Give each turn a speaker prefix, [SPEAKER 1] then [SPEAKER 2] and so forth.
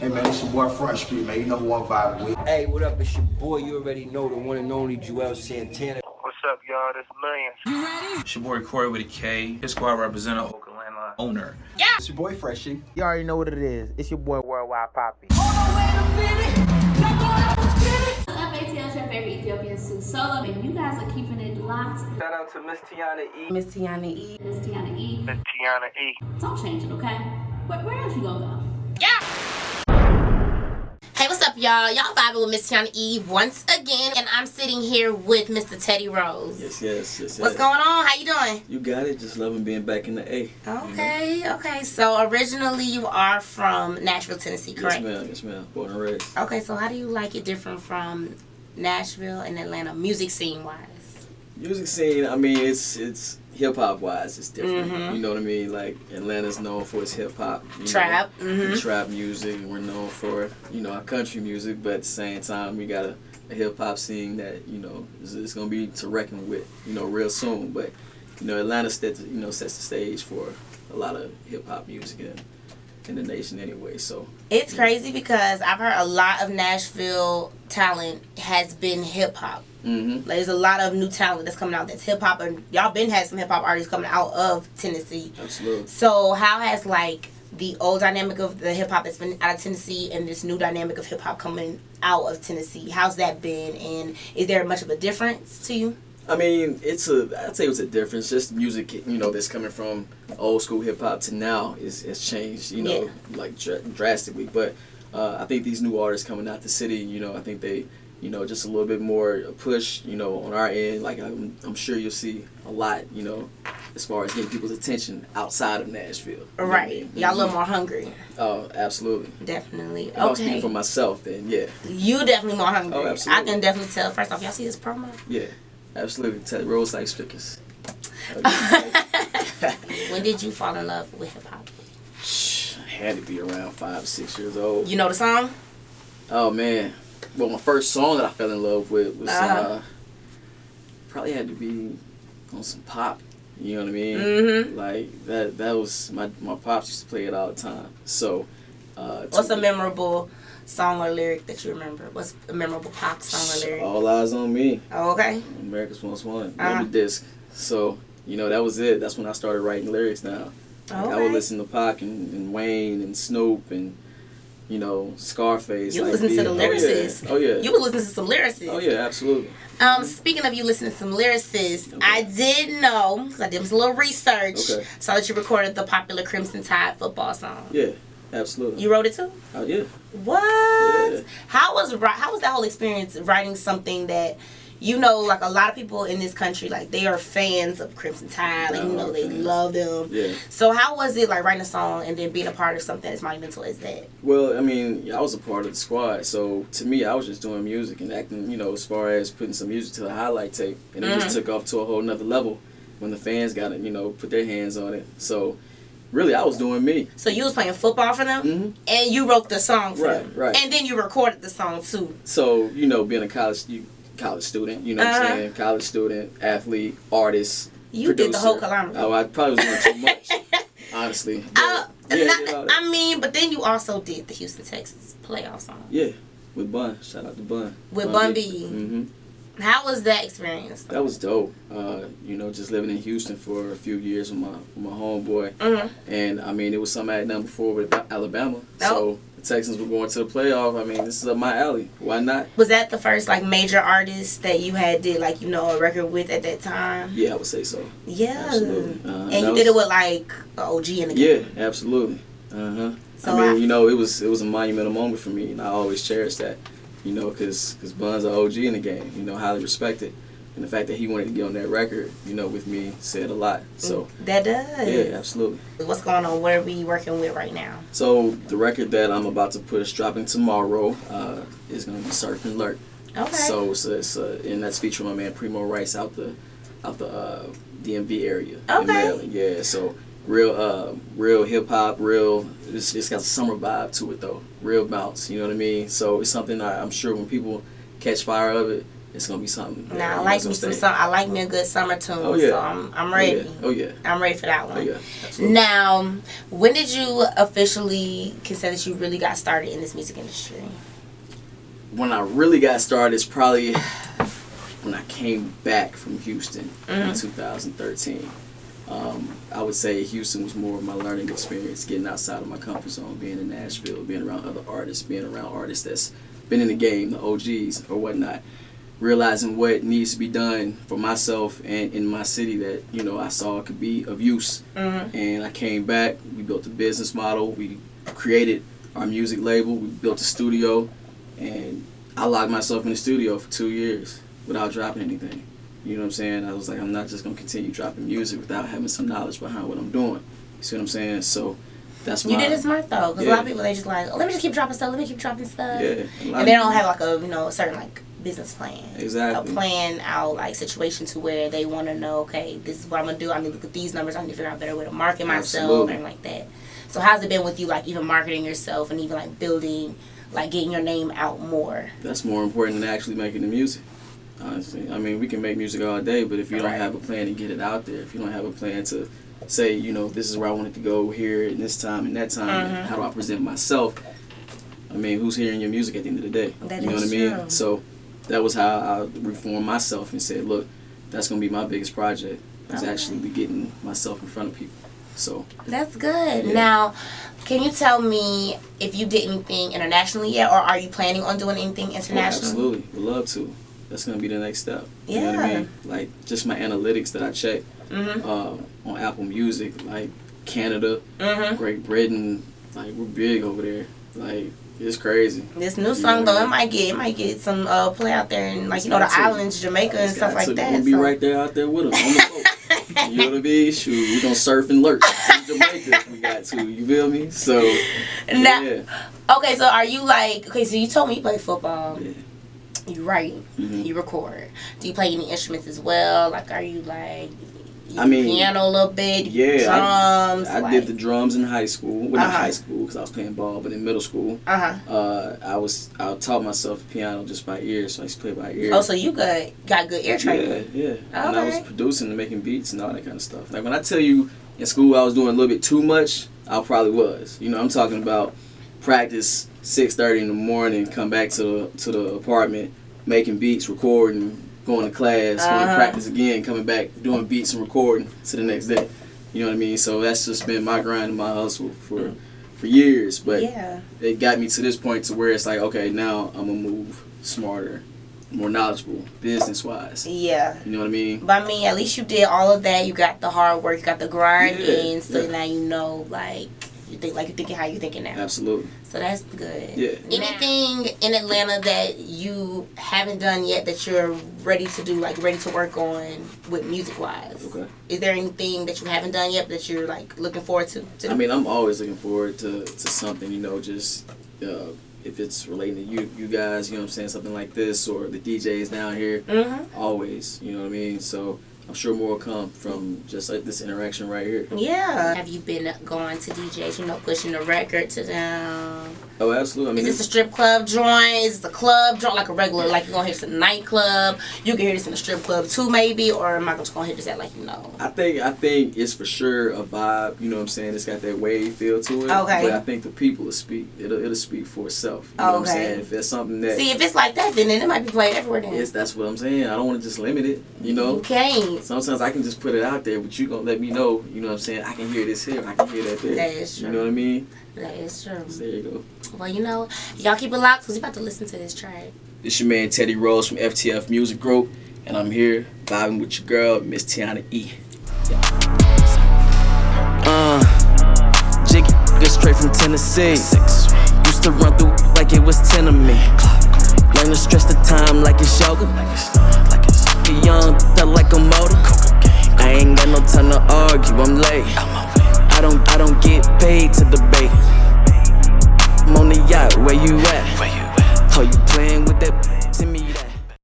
[SPEAKER 1] Hey man, it's your boy Front Street, man. You know who I'm vibing with.
[SPEAKER 2] Hey, what up? It's your boy. You already know the one and only Joel Santana.
[SPEAKER 3] What's up, y'all? This Millions.
[SPEAKER 4] It's your boy Corey with a K. His squad representative, Oakland Landline owner.
[SPEAKER 1] It's your boy Freshie.
[SPEAKER 5] You already know what it is. It's your boy Worldwide Poppy.
[SPEAKER 6] What's up, ATL? It's your favorite Ethiopian Sue Solo, and you guys are keeping it locked.
[SPEAKER 2] Shout out to Miss Tiana E.
[SPEAKER 7] Miss Tiana E.
[SPEAKER 6] Miss Tiana E.
[SPEAKER 3] This Tiana E.
[SPEAKER 6] Don't change it, okay? But where else you gonna
[SPEAKER 7] Hey, what's up, y'all? Y'all vibing with Miss Tiana E once again, and I'm sitting here with Mr. Teddy Rose.
[SPEAKER 8] Yes, yes, yes.
[SPEAKER 7] What's
[SPEAKER 8] yes.
[SPEAKER 7] going on? How you doing?
[SPEAKER 8] You got it. Just loving being back in the A.
[SPEAKER 7] Mm-hmm. Okay, okay. So originally you are from Nashville, Tennessee,
[SPEAKER 8] Yes,
[SPEAKER 7] correct?
[SPEAKER 8] ma'am. Yes, ma'am. Born and raised.
[SPEAKER 7] okay, so how do you like it different from Nashville and Atlanta, music scene wise?
[SPEAKER 8] Music scene. I mean, it's it's hip hop wise. It's different.
[SPEAKER 7] Mhm.
[SPEAKER 8] You know what I mean? Like Atlanta's known for its hip hop, you know,
[SPEAKER 7] Trap, mhm.
[SPEAKER 8] trap music. We're known for you know our country music, but at the same time, we got a, a hip hop scene that you know is, is gonna be to reckon with. You know, real soon. But you know, Atlanta sets you know sets the stage for a lot of hip hop music in, in the nation anyway. So
[SPEAKER 7] It's crazy because I've heard a lot of Nashville talent has been hip hop.
[SPEAKER 8] hmm
[SPEAKER 7] Like, there's a lot of new talent that's coming out that's hip hop, and y'all been had some hip hop artists coming out of Tennessee.
[SPEAKER 8] absolutely.
[SPEAKER 7] So how has like the old dynamic of the hip hop that's been out of Tennessee and this new dynamic of hip hop coming out of Tennessee? How's that been, and is there much of a difference to you?
[SPEAKER 8] I mean, it's a. I'd say it's a difference. Just music, you know, that's coming from old school hip hop to now is has changed, you know, like dr- drastically. But uh, I think these new artists coming out the city, you know, I think they, you know, just a little bit more push, you know, on our end. Like I'm, I'm sure you'll see a lot, you know, as far as getting people's attention outside of Nashville. You know what I
[SPEAKER 7] Right,
[SPEAKER 8] mean? Mhm.
[SPEAKER 7] y'all a little more hungry,
[SPEAKER 8] Oh, absolutely.
[SPEAKER 7] definitely.
[SPEAKER 8] If I'm speaking
[SPEAKER 7] Okay,
[SPEAKER 8] for myself, then yeah,
[SPEAKER 7] you definitely more hungry.
[SPEAKER 8] Oh,
[SPEAKER 7] I
[SPEAKER 8] absolutely.
[SPEAKER 7] can definitely tell. First off, y'all see this promo.
[SPEAKER 8] yeah, absolutely. Ted Rose like stickers.
[SPEAKER 7] when did you fall in love with hip hop?
[SPEAKER 8] I had to be around five, six years old.
[SPEAKER 7] You know the song?
[SPEAKER 8] Oh man. Well, my first song that I fell in love with was uh
[SPEAKER 7] Uh-huh.
[SPEAKER 8] probably had to be on some pop. You know what I mean?
[SPEAKER 7] Mhm.
[SPEAKER 8] Like that. That was my my pops used to play it all the time. So. Uh,
[SPEAKER 7] What's
[SPEAKER 8] to-
[SPEAKER 7] a memorable song or lyric that you remember? What's a memorable pop song or lyric?
[SPEAKER 8] All eyes on me.
[SPEAKER 7] Oh, okay.
[SPEAKER 8] America's Most Wanted.
[SPEAKER 7] Uh-huh.
[SPEAKER 8] Remember disc. So you know that was it. That's when I started writing lyrics. Now Like, I
[SPEAKER 7] Okay.
[SPEAKER 8] would listen to Pac and, and Wayne and Snoop and you know Scarface.
[SPEAKER 7] You
[SPEAKER 8] like,
[SPEAKER 7] listen to
[SPEAKER 8] the-
[SPEAKER 7] the
[SPEAKER 8] oh, yeah.
[SPEAKER 7] lyricists.
[SPEAKER 8] Oh yeah.
[SPEAKER 7] You was listening to some lyricists.
[SPEAKER 8] Oh yeah, absolutely.
[SPEAKER 7] Um, speaking of you listening to some lyricists,
[SPEAKER 8] Okay.
[SPEAKER 7] I did know 'cause I did some little research.
[SPEAKER 8] Okay.
[SPEAKER 7] Saw that you recorded the popular Crimson Tide football song.
[SPEAKER 8] Yeah, absolutely.
[SPEAKER 7] You wrote it too.
[SPEAKER 8] oh yeah.
[SPEAKER 7] What?
[SPEAKER 8] Yeah.
[SPEAKER 7] How was ri- how was that whole experience writing something that you know, like a lot of people in this country, like they are fans of Crimson Tide. Like, you
[SPEAKER 8] Yeah,
[SPEAKER 7] know, they
[SPEAKER 8] fans.
[SPEAKER 7] love them.
[SPEAKER 8] Yeah.
[SPEAKER 7] So how was it like writing a song and then being a part of something as monumental as that?
[SPEAKER 8] Well, I mean, I was a part of the squad, so to me, I was just doing music and acting. You know, as far as putting some music to the highlight tape, and it
[SPEAKER 7] Mm-hmm.
[SPEAKER 8] just took off to a whole nother level when the fans got it. You know, put their hands on it. So, really, I was doing me.
[SPEAKER 7] So you was playing football for them,
[SPEAKER 8] Mhm.
[SPEAKER 7] and you wrote the song for
[SPEAKER 8] Right,
[SPEAKER 7] them,
[SPEAKER 8] right.
[SPEAKER 7] and then you recorded the song too.
[SPEAKER 8] So, you know, being a college you, college student, you know what
[SPEAKER 7] Uh-huh.
[SPEAKER 8] I'm saying? College student, athlete, artist.
[SPEAKER 7] You did the
[SPEAKER 8] producer.
[SPEAKER 7] whole kilometer.
[SPEAKER 8] Oh, I probably was doing too much, honestly. But,
[SPEAKER 7] Uh,
[SPEAKER 8] yeah,
[SPEAKER 7] not-
[SPEAKER 8] I did all that.
[SPEAKER 7] I mean, but then you also did the Houston Texas playoff song
[SPEAKER 8] yeah, with Bun. Shout out to Bun.
[SPEAKER 7] with Bun
[SPEAKER 8] Bun
[SPEAKER 7] B.
[SPEAKER 8] hmm
[SPEAKER 7] How was that experience?
[SPEAKER 8] That was dope. Uh, you know, just living in Houston for a few years with my with my homeboy,
[SPEAKER 7] Mhm.
[SPEAKER 8] and I mean, it was something I had done before with Alabama.
[SPEAKER 7] Oh.
[SPEAKER 8] So the Texans were going to the playoff. I mean, this is up my alley. Why not?
[SPEAKER 7] Was that the first like major artist that you had did like you know a record with at that time?
[SPEAKER 8] Yeah, I would say so.
[SPEAKER 7] Yeah,
[SPEAKER 8] Absolutely. Uh,
[SPEAKER 7] and
[SPEAKER 8] that
[SPEAKER 7] you
[SPEAKER 8] was-
[SPEAKER 7] did it with like a OG and a
[SPEAKER 8] Yeah, absolutely. Uh huh.
[SPEAKER 7] So
[SPEAKER 8] I mean,
[SPEAKER 7] I-
[SPEAKER 8] you know, it was it was a monumental moment for me, and I always cherish that. You know, because because Bun's an OG in the game. You know, highly respected, and the fact that he wanted to get on that record, you know, with me said a lot. So
[SPEAKER 7] That does.
[SPEAKER 8] yeah, absolutely.
[SPEAKER 7] What's going on? What are we working with right now?
[SPEAKER 8] So the record that I'm about to put is dropping tomorrow. Uh, is gonna be Surf and Lurk.
[SPEAKER 7] Okay.
[SPEAKER 8] So it's, a, it's a, and that's featuring my man Primo Rice out the out the uh, DMV area
[SPEAKER 7] Okay.
[SPEAKER 8] in Maryland. Yeah. So real uh, real hip hop, real. It's, it's got a summer vibe to it though. Real bounce. You know what I mean? So it's something I, I'm sure when people catch fire of it, it's gonna be something.
[SPEAKER 7] Nah,
[SPEAKER 8] Yeah,
[SPEAKER 7] I
[SPEAKER 8] you
[SPEAKER 7] like
[SPEAKER 8] might
[SPEAKER 7] me
[SPEAKER 8] as well
[SPEAKER 7] some.
[SPEAKER 8] stay.
[SPEAKER 7] Some I like me a good summer tune.
[SPEAKER 8] Oh yeah.
[SPEAKER 7] So I'm I'm
[SPEAKER 8] Oh,
[SPEAKER 7] ready.
[SPEAKER 8] yeah. Oh yeah.
[SPEAKER 7] I'm ready for that one.
[SPEAKER 8] Oh yeah. Absolutely.
[SPEAKER 7] Now, when did you officially consider that you really got started in this music industry?
[SPEAKER 8] when I really got started is probably when I came back from Houston in
[SPEAKER 7] Mhm.
[SPEAKER 8] 2013. Um, I would say Houston was more of my learning experience, getting outside of my comfort zone, being in Nashville, being around other artists, being around artists that's been in the game, the OGs or whatnot. Realizing what needs to be done for myself and in my city that you know I saw could be of use
[SPEAKER 7] Mm-hmm.
[SPEAKER 8] and I came back. We built a business model. We created our music label. We built a studio, and I locked myself in the studio for two years without dropping anything. You know what I'm saying? I was like, I'm not just gonna continue dropping music without having some knowledge behind what I'm doing. You see what I'm saying? So that's
[SPEAKER 7] You
[SPEAKER 8] my
[SPEAKER 7] did it smart though, because a lot
[SPEAKER 8] Yeah.
[SPEAKER 7] of people they just like, oh, let me just keep dropping stuff, let me keep dropping stuff,
[SPEAKER 8] yeah. a lot
[SPEAKER 7] and they
[SPEAKER 8] of-
[SPEAKER 7] don't have like a you know certain like business plan,
[SPEAKER 8] exactly
[SPEAKER 7] a plan out like situation to where they want to know, okay, this is what I'm gonna do. I need to look at these numbers. I need to figure out a better way to market myself
[SPEAKER 8] Absolutely.
[SPEAKER 7] and like that. So how's it been with you, like even marketing yourself and even like building, like getting your name out more?
[SPEAKER 8] That's more important than actually making the music. Honestly, I mean, we can make music all day, but if you don't
[SPEAKER 7] Right.
[SPEAKER 8] have a plan to get it out there, if you don't have a plan to say, you know, this is where I want it to go here and this time and that time,
[SPEAKER 7] Mhm.
[SPEAKER 8] and how do I present myself? I mean, who's hearing your music at the end of the day?
[SPEAKER 7] That
[SPEAKER 8] you know
[SPEAKER 7] is
[SPEAKER 8] what I mean?
[SPEAKER 7] true.
[SPEAKER 8] So that was how I reformed myself and said, look, that's gonna be my biggest project. Is
[SPEAKER 7] Okay.
[SPEAKER 8] actually getting myself in front of people. So
[SPEAKER 7] That's good.
[SPEAKER 8] Yeah.
[SPEAKER 7] Now, can you tell me if you did anything internationally yet, or are you planning on doing anything
[SPEAKER 8] Oh,
[SPEAKER 7] international?
[SPEAKER 8] absolutely, would love to. That's gonna be the next step. You know what
[SPEAKER 7] Yeah.
[SPEAKER 8] I mean? Like just my analytics that I check.
[SPEAKER 7] Mm-hmm.
[SPEAKER 8] uh, on Apple Music, like Canada,
[SPEAKER 7] Mm-hmm.
[SPEAKER 8] Great Britain, like we're big over there. Like it's crazy.
[SPEAKER 7] This new song though, it might get it might get some uh, play out there and like you know the
[SPEAKER 8] It's got to.
[SPEAKER 7] islands, Jamaica and
[SPEAKER 8] It's
[SPEAKER 7] stuff
[SPEAKER 8] got
[SPEAKER 7] like
[SPEAKER 8] to-
[SPEAKER 7] that.
[SPEAKER 8] We'll be
[SPEAKER 7] so-
[SPEAKER 8] right there out there with them on the boat. you know what I mean? Shoot, we gonna surf and lurk in Jamaica if we got to. You feel me? So
[SPEAKER 7] Now-
[SPEAKER 8] yeah,
[SPEAKER 7] Okay, so are you like okay? So you told me you play football.
[SPEAKER 8] Yeah.
[SPEAKER 7] You write.
[SPEAKER 8] Mhm.
[SPEAKER 7] You record. Do you play any instruments as well? Like, are you like? You
[SPEAKER 8] I mean,
[SPEAKER 7] piano a little bit.
[SPEAKER 8] yeah, I-
[SPEAKER 7] drums.
[SPEAKER 8] I
[SPEAKER 7] like,
[SPEAKER 8] did the drums in high school. Well, not
[SPEAKER 7] Uh-huh.
[SPEAKER 8] high school because I was playing ball, but in middle school,
[SPEAKER 7] Uh huh.
[SPEAKER 8] uh, I was I taught myself the piano just by ear, so I used to play by ear.
[SPEAKER 7] Oh, so you good? Got good ear training.
[SPEAKER 8] Yeah, yeah. And I was
[SPEAKER 7] Okay.
[SPEAKER 8] producing and making beats and all that kind of stuff. Like when I tell you in school I was doing a little bit too much, I probably was. You know, I'm talking about practice six thirty in the morning, come back to the to the apartment, making beats, recording, going to class, going to
[SPEAKER 7] Uh-huh.
[SPEAKER 8] practice again, coming back, doing beats and recording to the next day. You know what I mean? So that's just been my grind and my hustle for for years. But
[SPEAKER 7] yeah.
[SPEAKER 8] it got me to this point to where it's like, okay, now I'm gonna move smarter, more knowledgeable, business wise.
[SPEAKER 7] Yeah.
[SPEAKER 8] You know what I mean?
[SPEAKER 7] But I mean, at least you did all of that. You got the hard work. You got the grind
[SPEAKER 8] Yeah,
[SPEAKER 7] in. So
[SPEAKER 8] yeah.
[SPEAKER 7] now you know, like you think, like you thinking how you thinking now.
[SPEAKER 8] Absolutely.
[SPEAKER 7] So that's good.
[SPEAKER 8] Yeah.
[SPEAKER 7] Anything in Atlanta that you haven't done yet that you're ready to do, like ready to work on with music wise?
[SPEAKER 8] Okay.
[SPEAKER 7] Is there anything that you haven't done yet that you're like looking forward to? to
[SPEAKER 8] I mean, I'm always looking forward to, to something, you know, just uh, if it's relating to you, you guys, you know what I'm saying, something like this or the DJs down here,
[SPEAKER 7] hmm
[SPEAKER 8] always, you know what I mean? So I'm sure more will come from just like this interaction right here.
[SPEAKER 7] Mm-hmm. Yeah. Have you been going to DJs? You know, pushing the record to them.
[SPEAKER 8] Oh, absolutely. I mean,
[SPEAKER 7] Is this a strip club joint? Is this a club joint? Like a regular, like you're gonna hear this at a nightclub. You can hear this in a strip club too, maybe, or am I just gonna hear this at like you know?
[SPEAKER 8] I think I think it's for sure a vibe. You know what I'm saying? It's got that wave feel to it.
[SPEAKER 7] Okay.
[SPEAKER 8] But I think the people will speak. It'll it'll speak for itself. You know what I'm
[SPEAKER 7] Okay.
[SPEAKER 8] saying? If there's something that
[SPEAKER 7] See, if it's like that, then it might be played everywhere. Then
[SPEAKER 8] it's, that's what I'm saying. I don't want to just limit it. You know.
[SPEAKER 7] you can't.
[SPEAKER 8] Sometimes I can just put it out there, but you gonna let me know. You know what I'm saying? I can hear this here. I can hear that there.
[SPEAKER 7] That is
[SPEAKER 8] You
[SPEAKER 7] true.
[SPEAKER 8] know what I mean?
[SPEAKER 7] That is true.
[SPEAKER 8] So there you go.
[SPEAKER 7] Well, you know, y'all keep it locked because we about to listen to this track.
[SPEAKER 8] This your man Teddy Rose from FTF Music Group, and I'm here vibing with your girl Miss Tiana E.
[SPEAKER 9] Uh, Jiggy, get straight from Tennessee. Used to run through like it was 10 of me. Learn to stretch the time like it's yoga. Get young, felt like a motor. I ain't got no time to argue, I'm late. I don't, I don't get paid to debate. I'm on the yacht, where you at? Oh, you playing with that? Send me